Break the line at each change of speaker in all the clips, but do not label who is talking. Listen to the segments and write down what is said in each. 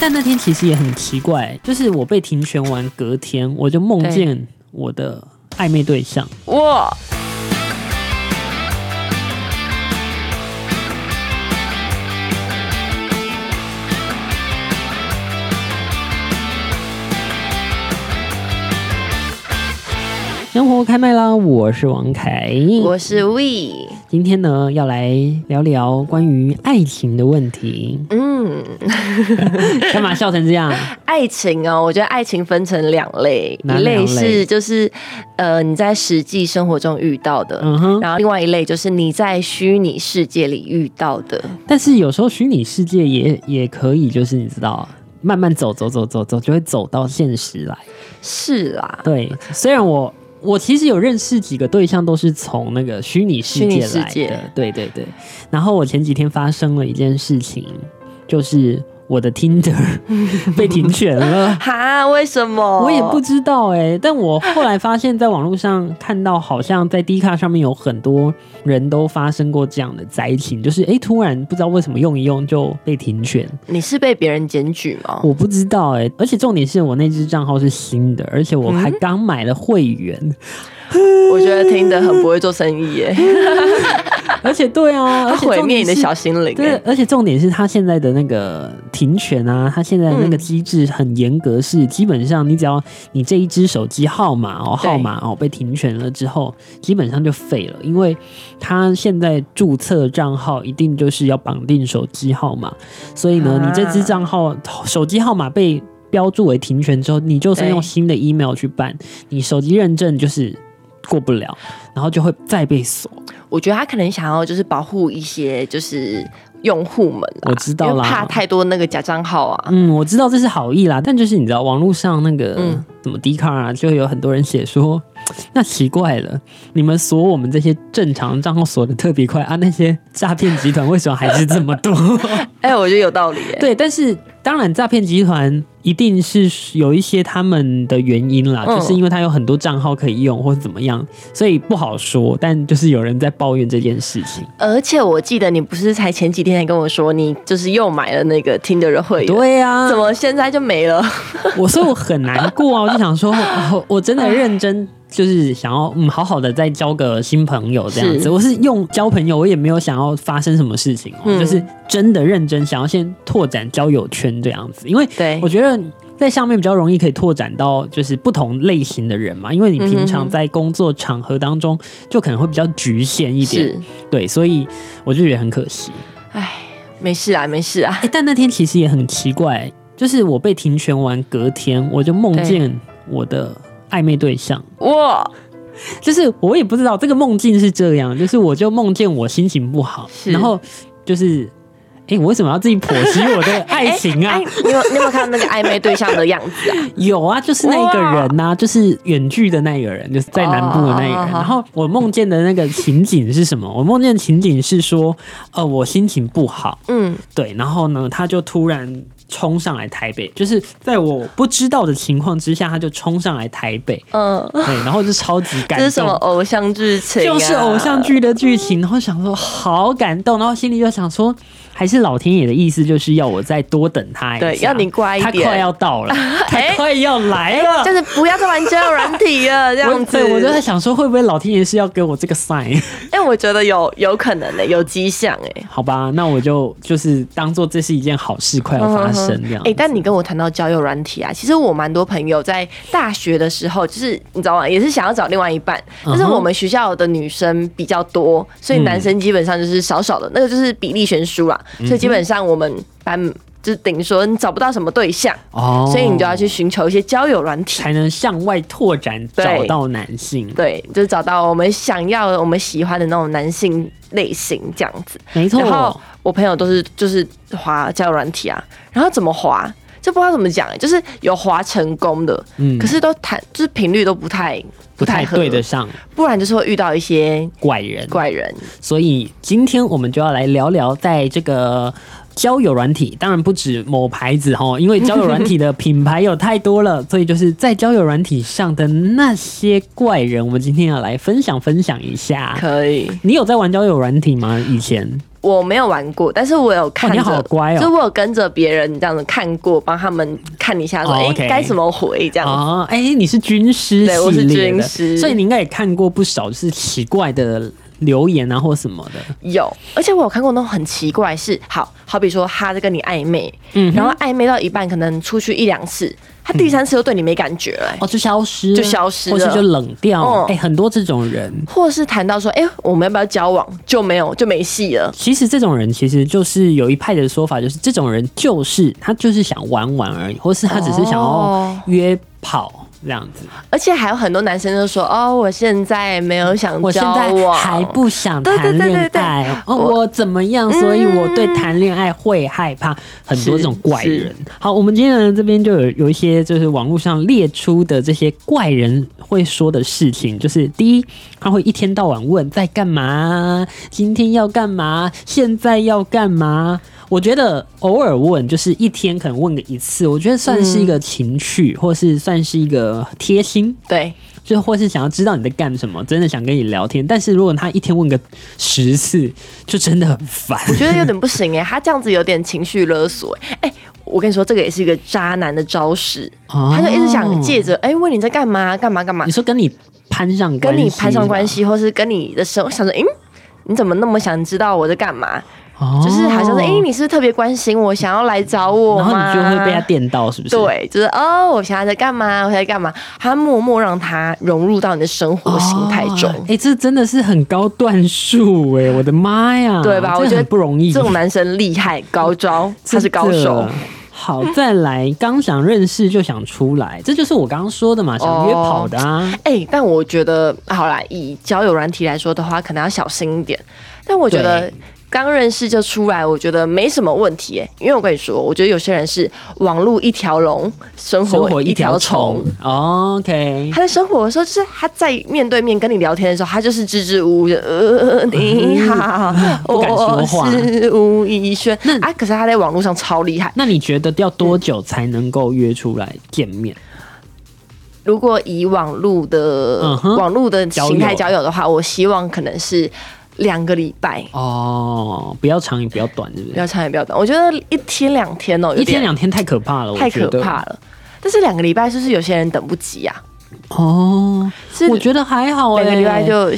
但那天其实也很奇怪，就是我被停权完隔天，我就梦见我的暧昧对象。
哇，
生活开麦啦，我是王凯。
我是 We，。
今天呢，要来聊聊关于爱情的问题
嗯，
干嘛笑成这样？
爱情哦，我觉得爱情分成两类，
哪
一类
两类
是就是呃你在实际生活中遇到的，
嗯哼。
然后另外一类就是你在虚拟世界里遇到的。
但是有时候虚拟世界也也可以，就是你知道。慢慢走走走走走，就会走到现实来。
是啦，
对，虽然我我其实有认识几个对象，都是从那个虚拟世
虚拟
界
世
来的
界。
对对对。然后我前几天发生了一件事情，就是我的 Tinder 被停权 了。
哈，为什么？
我也不知道哎、但我后来发现，在网络上看到，好像在 D 卡上面有很多人都发生过这样的灾情，就是哎、诶突然不知道为什么用一用就被停权，
你是被别人检举吗？
我不知道哎、而且重点是我那只账号是新的，而且我
嗯
还刚买了会员，
我觉得听得很不会做生意耶，
而且对 啊，
它
而且
毁
重
灭
点
你的
是
小心灵
对
耶。，
而且重点是他现在的那个停权啊，他现在的那个机制很严格，是、基本上你只要你这一只手机号码哦
对
号码哦被停权了之后，基本上就废了，因为他现在注册账号一定就是要绑定手机号码，所以呢，
啊
你这只账号手机号码被标注为停权之后，你就算
对
用新的 email 去办，你手机认证就是过不了，然后就会再被锁。
我觉得他可能想要就是保护一些就是用户们啦，
我知道啦
因为怕太多那个假账号啊。
嗯，我知道这是好意啦，但就是你知道，网络上那个、
嗯
什么 d 卡啊，就有很多人写说，那奇怪了，你们锁我们这些正常账号锁的特别快啊，那些诈骗集团为什么还是这么 多？
哎、我觉得有道理耶。
对，但是当然，诈骗集团一定是有一些他们的原因啦，
嗯
就是因为他有很多账号可以用，或者怎么样，所以不好说。但就是有人在抱怨这件事情。
而且我记得你不是才前几天还跟我说，你就是又买了那个听的人会员，
对啊呀、
怎么现在就没了？
我 所以我很难过啊，我就想说， 我我真的认真。就是想要嗯，好好的再交个新朋友这样子。
是
我是用交朋友，我也没有想要发生什么事情哦、
嗯
就是真的认真想要先拓展交友圈这样子。因为
对
我，觉得在上面比较容易可以拓展到就是不同类型的人嘛，因为你平
嗯哼
常
哼
在工作场合当中就可能会比较局限一点，
是，
对，所以我就觉得很可惜。
哎，没事啊，没事啊。
哎、但那天其实也很奇怪，就是我被停权完隔天，我就梦见我的暧昧对象，
哇，
就是我也不知道这个梦境是这样，就是我就梦见我心情不好，
是
然后就是，哎、我为什么要自己剖析我 的爱情啊？
哎，你有你有没有看到那个暧昧对象的样 子啊？
有啊，就是那个人呐、就是远距的那个人，就是在南部的那个人。
哦哦哦哦
然后我梦见的那个情景是什么？我梦见的情景是说，呃，我心情不好，
嗯，
对，然后呢，他就突然冲上来台北，就是在我不知道的情况之下，他就冲上来台 北，
嗯，
对，然后就超级感动。
这是什么偶像剧情、啊？
呃就是偶像。剧的剧情，然后想说好感动，然后心里就想说，还是老天爷的意思，就是要我再多等他一下，
对要你乖一
他
点
快要到了，他
哎
快要来了，
就是不要再玩交友软体了，这
我
样子。
对，我就在想说，会不会老天爷是要给我这个 sign？
哎、我觉得有有可能的、有迹象哎、
好吧，那我就就是当做这是一件好事快要发生这样
哎、。但你跟我谈到交友软体啊，其实我蛮多朋友在大学的时候，就是你知道吗，也是想要找另外一半，但是
嗯哼嗯
我们学校的女生比较多，所以男生基本上就是少少的，那个就是比例悬殊啦，
嗯
所以基本上我们班。就是等于说你找不到什么对象，
哦
所以你就要去寻求一些交友软体，
才能向外拓展，
对
找到男性。
对，就是找到我们想要的、我们喜欢的那种男性类型这样子。
没
然后
错，
我朋友都是就是滑交友软体啊，然后怎么滑就不知道怎么讲、欸就是有滑成功的，
嗯
可是都谈就是频率都不太
不太
合
对得上
不然就是会遇到一些
怪人。
怪人。
所以今天我们就要来聊聊，在这个交友软体，当然不止某牌子哈，因为交友软体的品牌有太多了，所以就是在交友软体上的那些怪人，我们今天要来分享分享一下。
可以，
你有在玩交友软体吗？以前
我没有玩过，但是我有看
哦你
着，
好乖哦
就是我有跟着别人这样子看过，帮他们看一下说，
哦
哎、
OK
该怎么回这样子。
哦，哎、你是军师系列
对
的，
我是军师
所以你应该也看过不少就是奇怪的留言啊或什么的。
有，而且我有看过那种很奇怪是，好好比说他在跟你暧昧，
嗯哼
然后暧昧到一半，可能出去一两次，他第三次又对你没感觉了、哎
哦，就消失了，
就消失了
或是就冷掉。哎、
嗯
很多这种人，
或是谈到说，哎、我们要不要交往，就没有就没戏了。
其实这种人其实就是有一派的说法，就是这种人就是他就是想玩玩而已，或是他只是想要
哦
约跑这样子。
而且还有很多男生就说，哦，我现在没有想
我现
交
在
往，
还不想
对
谈
对对
恋
对对
爱，哦，
我嗯
我怎么样？所以我对谈恋爱会害怕，很多这种怪
是
人。好，我们今天呢这边就有有一些就是网络上列出的这些怪人会说的事情，就是第一，他会一天到晚问在干嘛，今天要干嘛，现在要干嘛。我觉得偶尔问，就是一天可能问个一次，我觉得算是一个情趣，或是算是一个贴心。
对，
就或是想要知道你在干什么，真的想跟你聊天。但是如果他一天问个十次，就真的很烦。
我觉得有点不行哎、 他这样子有点情绪勒索哎、哎我跟你说，这个也是一个渣男的招式，
哦
他就一直想借着哎问你在干嘛干嘛干嘛
你，说跟你攀上关系
跟你攀上
吧
关，系，或是跟你的生活，想着嗯。你怎么那么想知道我在干嘛？
哦
就是好像是，哎、你是不是特别关心我，想要来找我
然后
吗？
你就会被他电到，是不是？。啊
对，就是哦，我现在在干嘛？我现在干嘛？他默默让他融入到你的生活形态中，
哎、这真的是很高段数哎、我的妈呀，
对吧？
这
我觉
很
得
不容易，
这种男生厉害，高招，他是高
真
手
的。好，再来，刚想认识就想出来，这就是我刚刚说的嘛，想约跑的啊。
哎、但我觉得，好啦，以交友软体来说的话，可能要小心一点。但我觉得
对
刚认识就出来，我觉得没什么问题、欸。因为我跟你说，我觉得有些人是网路一条龙，生
生
活
活
一
一条
条
虫哦
虫。
，OK，
他在生活的时候，就是他在面对面跟你聊天的时候，他就是支支吾吾的，呃，你好，
不敢说话
我是吴亦轩。啊，可是他在网络上超厉害。
那你觉得要多久才能够约出来见面？
如果以网络的、
嗯哼
网络的
交友
形态交友的话，我希望可能是两个礼拜，
哦，不要长也不要短，是不
不
是？
要长也不要短。我觉得一天两天哦、有
一
点
天两天太可怕了，我
太
觉
可
得
怕了。但是两个礼拜是不是有些人等不及啊？
哦。
是
我觉得还好哎、
两个礼拜就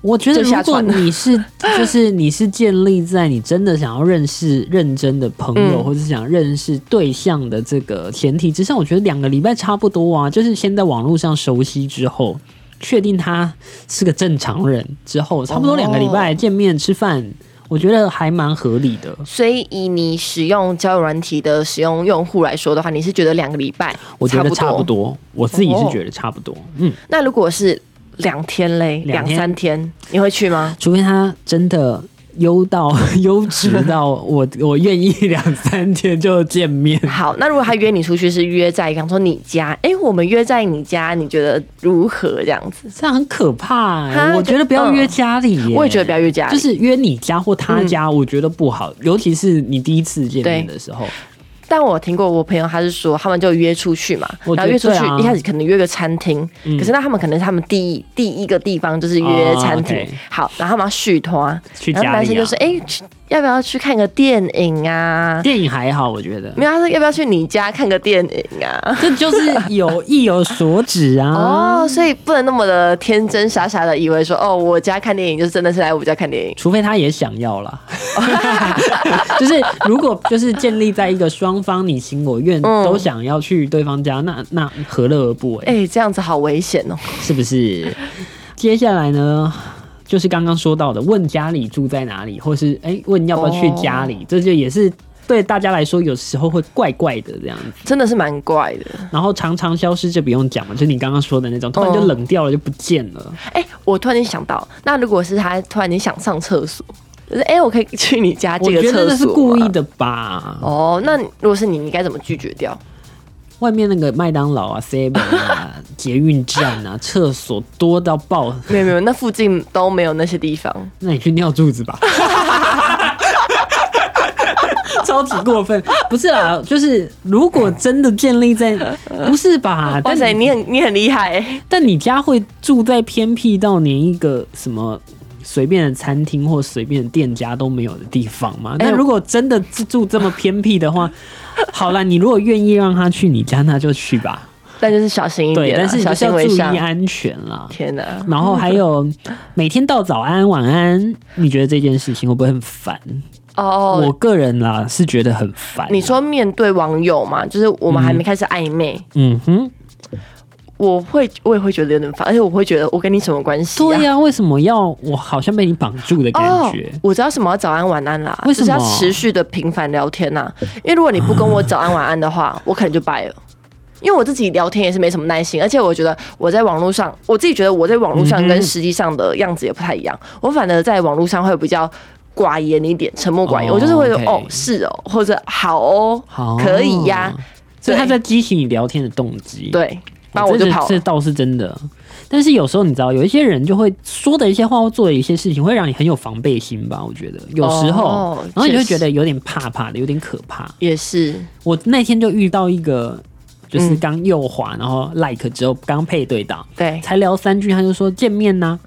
我觉得
就
如
下
果
船了
你是就是你是建立在你真的想要认识认真的朋友，
嗯
或者是想认识对象的这个前提之上，我觉得两个礼拜差不多啊。就是先在网络上熟悉之后，确定他是个正常人之后，差不多两个礼拜见面吃饭，我觉得还蛮合理的。
所以以你使用交友软体的使用用户来说的话，你是觉得两个礼拜
我觉得差不
多？
多，我自己是觉得差不多。嗯，
那如果是两天嘞，
两
两
天
三天，你会去吗？
除非他真的优到 优质到我 我愿意两三天就见面。
好，那如果他约你出去是约在，比方说你家，哎、我们约在你家，你觉得如何？这样子，
这样很可怕、欸，
哈
我觉得不要约家里、耶
嗯我也觉得不要嗯约家里
就是约你家或他家，我觉得不好，尤其是你第一次见面的时候，
嗯但我听过我朋友，他是说他们就约出去嘛，
我
然
觉得
后约出去、
对啊嗯
一开始可能约个餐厅，可是那他们可能是他们第一第一个地方就是约餐厅，
哦，OK
好，然后他们要续团，
去
然后
家
男生
里、
就
啊
说，。哎、去要不要去看个电影啊？
电影还好，我觉得
没有，他说要不要去你家看个电影啊？
这就是有意有所指啊。
哦，所以不能那么的天真傻傻的以为说，哦，我家看电影就是真的是来我家看电影。
除非他也想要啦， 就是如果就是建立在一个双方你情我愿
嗯
都想要去对方家，那那何乐而不为？
哎、这样子好危险哦！
是不是？接下来呢，就是刚刚说到的，问家里住在哪里，或是哎、问要不要去家
哦
里，这就也是对大家来说有时候会怪怪的这样子。
真的是蛮怪的。
然后常常消失就不用讲了，就是你刚刚说的那种，突然就
嗯哦
冷掉了就不见了。
哎、我突然间想到，那如果是他突然间想上厕所，就是哎、我可以去你家
我
这个
觉得
厕
那是
所吗啊
故意。的吧？
哦，那如果是你，你该怎么拒绝掉？
外面那个麦当劳啊、Seven 啊、捷运站啊，厕所多到爆，
没有没有，那附近都没有那些地方。
那你去尿柱子吧。 超级过分，不是啦，就是如果真的建立在，不是 吧？
哇
但
塞，
你
你很你很厉害、欸，
但你家会住在偏僻到连一个什么随便的餐厅或随便的店家都没有的地方嘛。
哎
那
我
如果真的住住这么偏僻的 话，好啦，你如果愿意让他去你家，那就去吧。
但就是小心一
对，
点啊，
但是你
小
就是
心
要
为
注
上
意。安全啦。
天哪，
然后还有每天道早安晚安，你觉得这件事情会不会很烦？
哦
我，个人啦是觉得很烦。
你说面对网友嘛，就是我们还没开始暧昧，
嗯哼，
我会我也会觉得有点烦，而且我会觉得我跟你什么关系、啊？
对呀、为什么要我好像被你绑住的
哦
感觉？
我知道什么要早安晚安啦，
为
就
什
是
么
要持续的频繁聊天呐、因为如果你不跟我早安晚安的话， 我可能就掰了。因为我自己聊天也是没什么耐心，而且我觉得我在网络上，我自己觉得我在网络上跟实际上的样子也不太一样。我反而在网络上会比较寡言一点，沉默寡言。
哦
我就是会说
OK
哦是哦，或者好哦，
好，
可以呀、
所以他
对
在激起你聊天的动机。
对，
哦，
那我
这
就是跑
这
了。
倒是真的。但是有时候你知道，有一些人就会说的一些话或做的一些事情，会让你很有防备心吧？我觉得有时候，
哦
然后你就会
确
觉
实
得有点怕怕的，有点可怕。
也是，
我那天就遇到一个，就是
嗯
刚右滑，然后 like 之后刚配对到，
对，
才聊三句，他就说见面呐、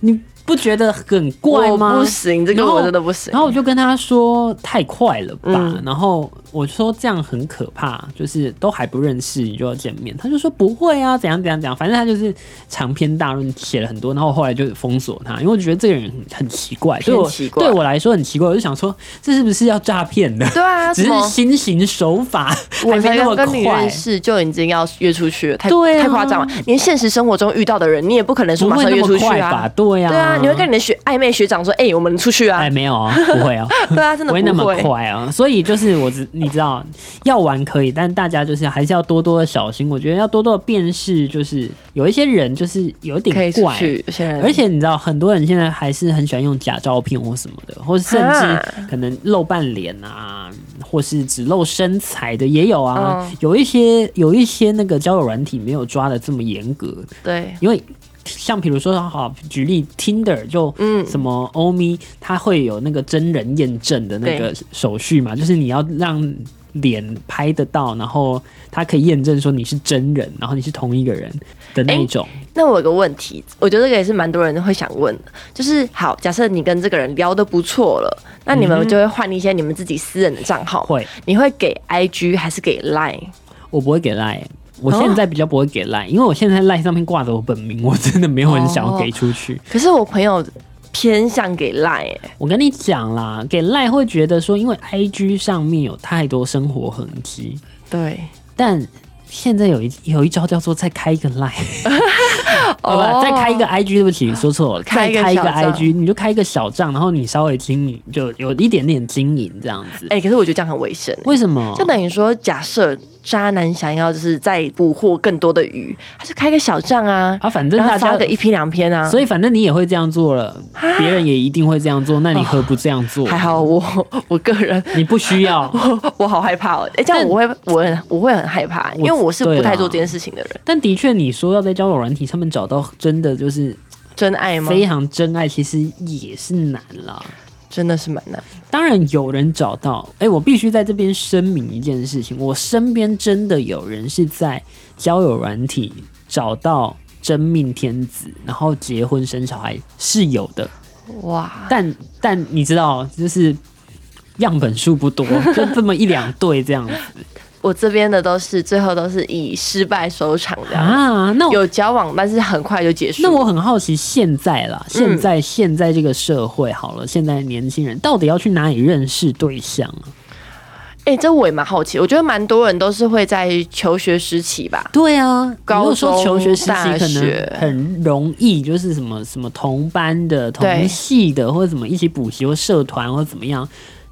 你不觉得很怪
我
吗？
不行，这个
然后
我真的不行
然。后我就跟他说太快了吧，
嗯
然后我说这样很可怕，就是都还不认识你就要见面，他就说不会啊，怎样怎样怎样，反正他就是长篇大论写了很多，然后后来就封锁他，因为我觉得这个人很奇怪，对我
偏奇怪
对我来说很奇怪，我就想说这是不是要诈骗的？
对 啊，
只
什么
是新型手法，还
我
没
才
那
刚
么
跟你
快
认，识就已经要约出去了，太、
对啊
太夸张了。连现实生活中遇到的人，你也不可能说
不
马
会
上
那
约
么
出去
快吧？
啊。
对呀、
对啊，你会跟你的学暧昧学长说：“哎、我们出去啊
哎，！”没有啊，不会啊。
对啊，真
不
的不
会那么快啊。所以就是我只你知道要玩可以，但大家就是还是要多多的小心。我觉得要多多的辨识，就是有一些人就是有点
可以出
怪。
去。有些人，
而且你知道，很多人现在还是很喜欢用假照片或什么的，或甚至
啊
可能露半脸啊，或是只露身材的也有啊。
嗯
有一些有一些那个交友软体没有抓的这么严格，
对，
因为像比如说好，举例 Tinder 就
嗯
什么欧咪，它会有那个真人验证的那个手续嘛，就是你要让脸拍得到，然后它可以验证说你是真人，然后你是同一个人的那一种。
那我有个问题，我觉得这个也是蛮多人会想问的，就是好，假设你跟这个人聊得不错了，那你们就会换一些你们自己私人的账号，
会，
你会给 IG 还是给 Line？
我不会给 line，我现在比较不会给 line，、因为我现在 line 上面挂着我本名，我真的没有很想要给出去。
可是我朋友偏向给 Line，、欸、
我跟你讲啦，给 line 会觉得说，因为 IG 上面有太多生活痕迹，
对，
但现在有一有一招叫做再开一个 Line，好吧，
哦啊
再开一个 IG，对不起，说错了，再
开一个
开一个
小账
IG，你就开一个小账，然后你稍微经营，就有一点点经营这样子。
哎、可是我觉得这样很危险、欸
为什么？
就等于说，假设渣男想要就是再捕获更多的鱼，他就开个小账啊，
啊，反正
然
大
后发
家
个，一篇两篇啊。
所以反正你也会这样做了，别人也一定会这样做，那你何不这样做？
哦还，好我 我个人
你不需要。
我我好害怕哦，哎、这样
但
我会我很我会很害怕，因为我是
对
不太
啦
做这件事情的人。
但的确，你说要在交友软体上面找到真的就是
真爱吗？
非常真爱，其实也是难啦。
真的是蛮难。
当然有人找到，哎、我必须在这边声明一件事情，我身边真的有人是在交友软体找到真命天子，然后结婚生小孩是有的，
哇，
但但你知道，就是样本数不多，就这么一两对这样子
我这边的都是最后都是以失败收场 的、
啊。那我
有交往，但是很快就结束。
那我很好奇，现在啦，现在、现在这个社会好了，现在年轻人到底要去哪里认识对象啊？
哎、这我也蛮好奇，我觉得蛮多人都是会在求学时期吧，
对啊，
高
如果说
中
求学时期
大
可
学
能很容易，就是什么什么同班的、同
对
系的，或者什么一起补习或社团或怎么样。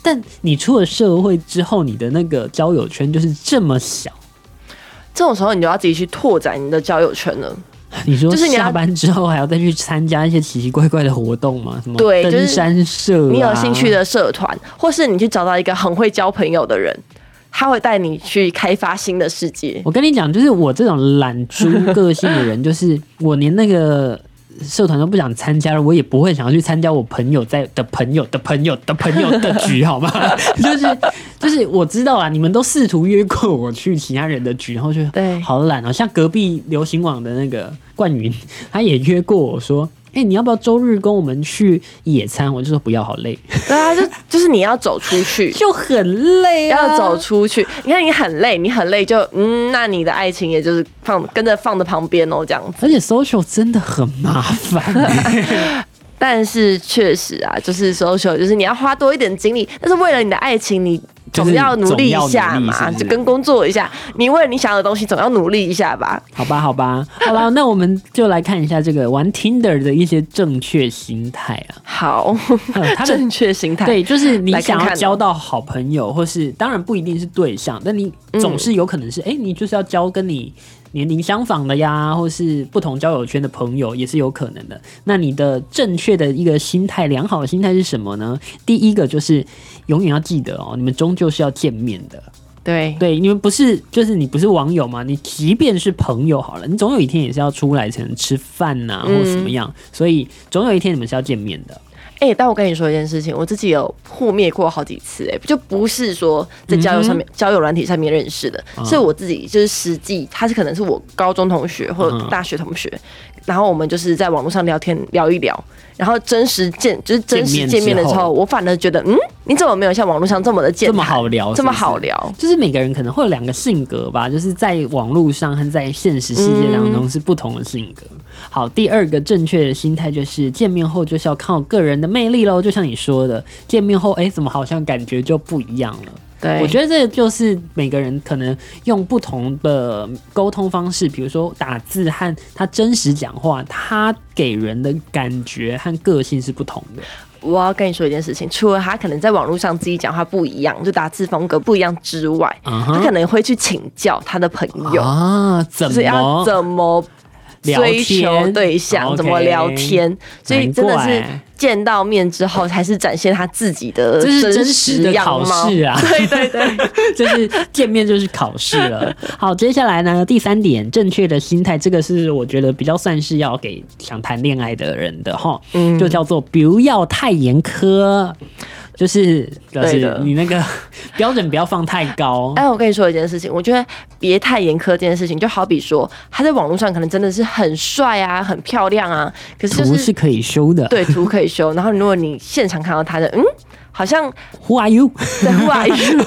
但你出了社会之后，你的那个交友圈就是这么小。
这种时候你就要自己去拓展你的交友圈了。
你说
就是你要
下班之后还要再去参加一些奇奇怪怪的活动吗？什么
对就是
登山社、啊
你有兴趣
的。
的社团，或是你去找到一个很会交朋友的人，他会带你去开发新的世界。
我跟你讲，就是我这种懒猪个性的人，就是我连那个社团都不想参加了，我也不会想要去参加我朋友在的朋友的朋友的朋友的局， 好吗？就是就是我知道啊，你们都试图约过我去其他人的局，然后就
对
好懒哦。像隔壁流行网的那个冠云，他也约过我说。哎、你要不要周日跟我们去野餐？我就说不要，好累，，
对啊，就就是你要走出去
就很累、啊，
要走出去。你看你很累，你很累就嗯，那你的爱情也就是放跟着放在旁边哦，这样子。
而且 social 真的很麻 烦，
但是确实啊，就是 social，就是你要花多一点精力，但是为了你的爱情，你
就是
总要努力一
总
下
要努力
嘛，
是不是
就跟工作一下，你为了你想要的东西，总要努力一下吧。
好吧，好吧，好了，那我们就来看一下这个玩 Tinder 的一些正确心态啊。
好，
嗯它的
正确心态。
对，就是你
来看
想
看
要
哦
交到好朋友，或是当然不一定是对象，但你总是有可能是，哎、你就是要交跟你年龄相仿的呀，或是不同交友圈的朋友也是有可能的。那你的正确的一个心态，良好的心态是什么呢？第一个就是永远要记得哦，你们终究是要见面的。
对
对，你们不是就是你不是网友嘛？你即便是朋友好了，你总有一天也是要出来，才能吃饭呐、或
嗯
什么样，所以总有一天你们是要见面的。
哎、但我跟你说一件事情，我自己有破灭过好几次、哎，就不是说在交友上
嗯
面、交友软体上面认识的，是我自己就是实际，他是可能是我高中同学或者
嗯
大学同学，然后我们就是在网络上聊天聊一聊，然后真实见就是真实
见
见
面
面的时
之
候，
后
我反而觉得，嗯，你怎么没有像网络上这么的健
这么
谈
好聊
这么
是不是
好聊？
就是每个人可能会有两个性格吧，就是在网络上和在现实世界当中是不同的性格。好，第二个正确的心态就是见面后就是要靠个人的魅力喽，就像你说的，见面后哎、诶怎么好像感觉就不一样了？
对，
我觉得这就是每个人可能用不同的沟通方式，比如说打字和他真实讲话，他给人的感觉和个性是不同的。
我要跟你说一件事情，除了他可能在网络上自己讲话不一样，就打字风格不一样之外
嗯哼
他可能会去请教他的朋友。
啊，怎
就是要
么
怎么
聊
追求
天
对象，
OK
怎么聊天，所以真的是
难怪
见到面之后才是展现他自己的
这是真实
实
的
样
考
貌。
试啊
对对 对，
就是见面就是考试了。好，接下来呢，第三点，正确的心态，这个是我觉得比较算是要给想谈恋爱的人的哈，
嗯
就叫做不要太严苛，就是就
对
是
的
你那个 标准不要放太高。
哎，我跟你说一件事情，我觉得别太严苛这件事情，就好比说他在网络上可能真的是很帅啊，很漂亮啊，可是
图
就是是
可以修的。
对图可以修，然后如果你现场看到他的，嗯，好像
Who are you？
在外遇，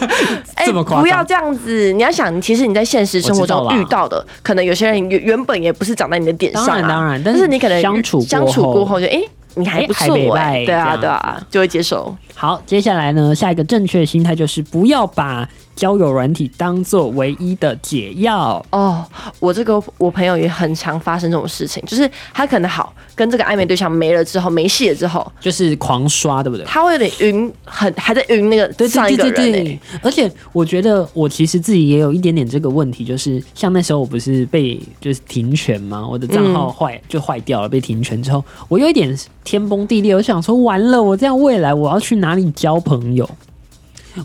哎、
这么夸张
不要这样子！你要想，其实你在现实生活中
我知道啦
遇到的，可能有些人原原本也不是长在你的点上、啊，
当然当然但
但
是
你可能
相处过后
相处过后就哎、你还不
哎还
错
不错
哎、
哎
对啊
这
对
样
啊，就会接受。
好，接下来呢，下一个正确的心态就是不要把交友软体当做唯一的解药。
哦，我这个我朋友也很常发生这种事情，就是他可能好跟这个暧昧对象没了之后，没戏了之后，
就是狂刷，对不对？
他会有点晕，很还在晕那个
对
上
对
一个
对
人、
对
欸
对，而且我觉得我其实自己也有一点点这个问题，就是像那时候我不是被就是停权嘛，我的账号坏、就坏掉了，被停权之后，我有一点天崩地裂，我想说完了，我这样未来我要去哪里交朋友？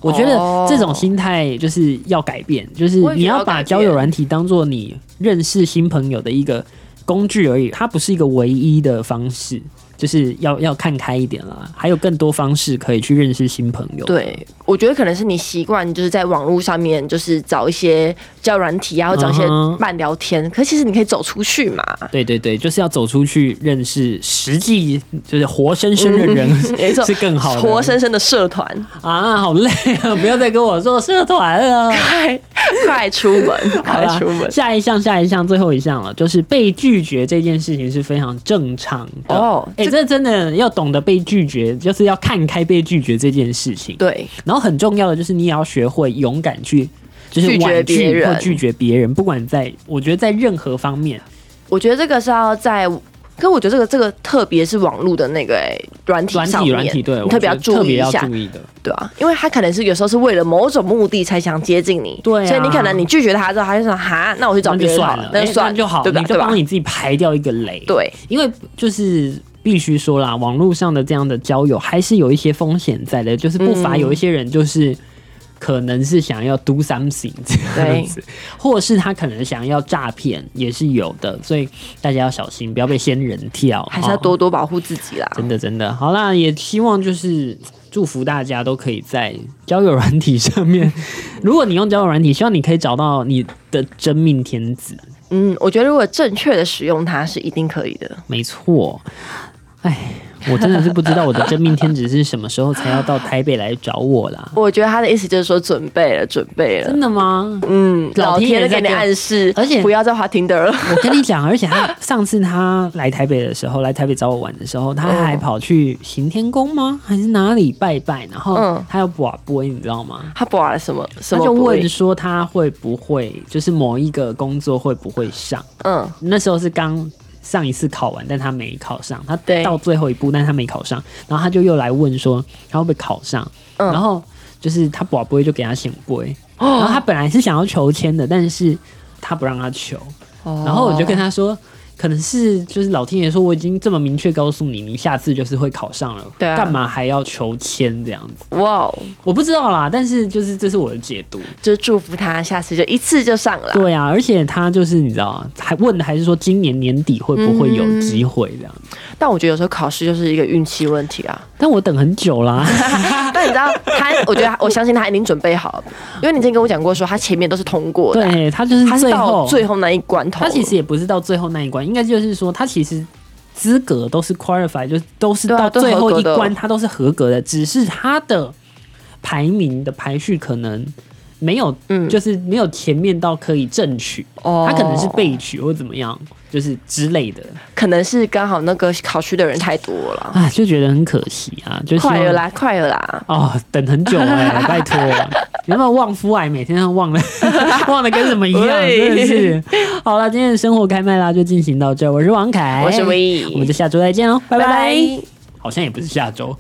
我觉得
哦
这种心态就是要改变，就是
我也觉得
你要
要
把
改
交
变
友软体当做你认识新朋友的一个工具而已，它不是一个唯一的方式，就是要要看开一点啦，还有更多方式可以去认识新朋友。
对，我觉得可能是你习惯就是在网络上面，就是找一些交友软体啊，或找一些
嗯哼
慢聊天。可其实你可以走出去 嘛，
对对对，就是要走出去认识实际，就是活生生的人，
没 错
是更好的。
活生生的社团，
啊，好累啊！不要再跟我做社团了。
快快出 门，
好
快
啦
出门。
下一项，下一项，最后一项了，就是被拒绝这件事情是非常正常的。
哦
哎、这真的要懂得被拒绝，就是要看开被拒绝这件事情。
对，
然后很重要的就是你也要学会勇敢去，就是
拒绝
婉拒
别人
或拒绝别人，不管在我觉得在任何方面，
我觉得这个是要在，可我觉得这个这个特别是网络的那个哎软、体
软
上
体
面，
软体对，
你
我
特
觉
别要
得特
注意
别
一
要
下，
注意的。
对啊，因为他可能是有时候是为了某种目的才想接近你，
对啊
所以你可能你拒绝他之后，他就说哈，那我去找
那
别
就
人好
算
了，
哎
那就算
那就好，
对吧？
你就
对吧
帮？你自己排掉一个雷。，
对。
因为就是必须说啦，网络上的这样的交友还是有一些风险在的，就是不乏
嗯
有一些人就是。可能是想要 do something 这样子，或是他可能想要诈骗，也是有的，所以大家要小心，不要被仙人跳，
还是要
哦
多多保护自己啦。
真的真的，好啦，也希望就是祝福大家都可以在交友软体上面， 如果你用交友软体，希望你可以找到你的真命天子。
嗯，我觉得如果正确的使用它是一定可以的。
没错。哎，我真的是不知道我的真命天子是什么时候才要到台北来找我啦。
我觉得他的意思就是说准备了，准备了
真。的吗？
嗯，
老
老
天爷
天给你
在给
暗示，
而且
不要再滑听的 了。
我跟你讲，而且他上次他来台北的时候，来台北找我玩的时候，他还跑去行天宫吗？还是哪里拜拜？然后
嗯
他要卜卜，你知道吗？
他播了什么什
他
么
就
不会？
问说他会不会，就是某一个工作会不会上？
嗯，
那时候是刚上一次考完，但他没考上，他
对
到最后一步，但他没考上，然后他就又来问说他会不会考上，
嗯哦
然后就是他宝贝就给他显杯，然后他本来是想要求签的，但是他不让他求，然后我就跟他
哦
说。可能是就是老天爷说我已经这么明确告诉你，你下次就是会考上了，
对啊
干嘛还要求签这样子？
哇哦，
我不知道啦，但是就是这是我的解读。
就是祝福他下次就一次就上了。
对啊，而且他就是你知道，还问的还是说今年年底会不会有
嗯
机会这样。
但我觉得有时候考试就是一个运气问题 啊。
但我等很久 啦，
但你知道他，我觉得他我相信他一定准备好了，因为你之前跟我讲过说他前面都是通过的啊，
对他就是
他是
最
到
后，
最后那一关头
他
了。
其实也不是到最后那一关，应该就是说他其实资格都是 qualify，就是都是
对啊
到
都
最后一
合格的
关他都是合格的，只是他的排名的排序可能没有，
嗯
就是没有前面到可以正取，
哦
他可能是被取或怎么样，就是之类的，
可能是刚好那个考区的人太多了，
啊，就觉得很可惜啊，就希望
快了啦，快了啦。
哦，等很久 哎、拜托，你有没有旺夫癌？每天都忘 了，忘了跟什么一样，真的是。好了，今天的生活开麦啦，就进行到这儿。我是王凯，
我是威毅
哦我们就下周再见喽，拜
拜
拜。
拜。
好像也不是下周。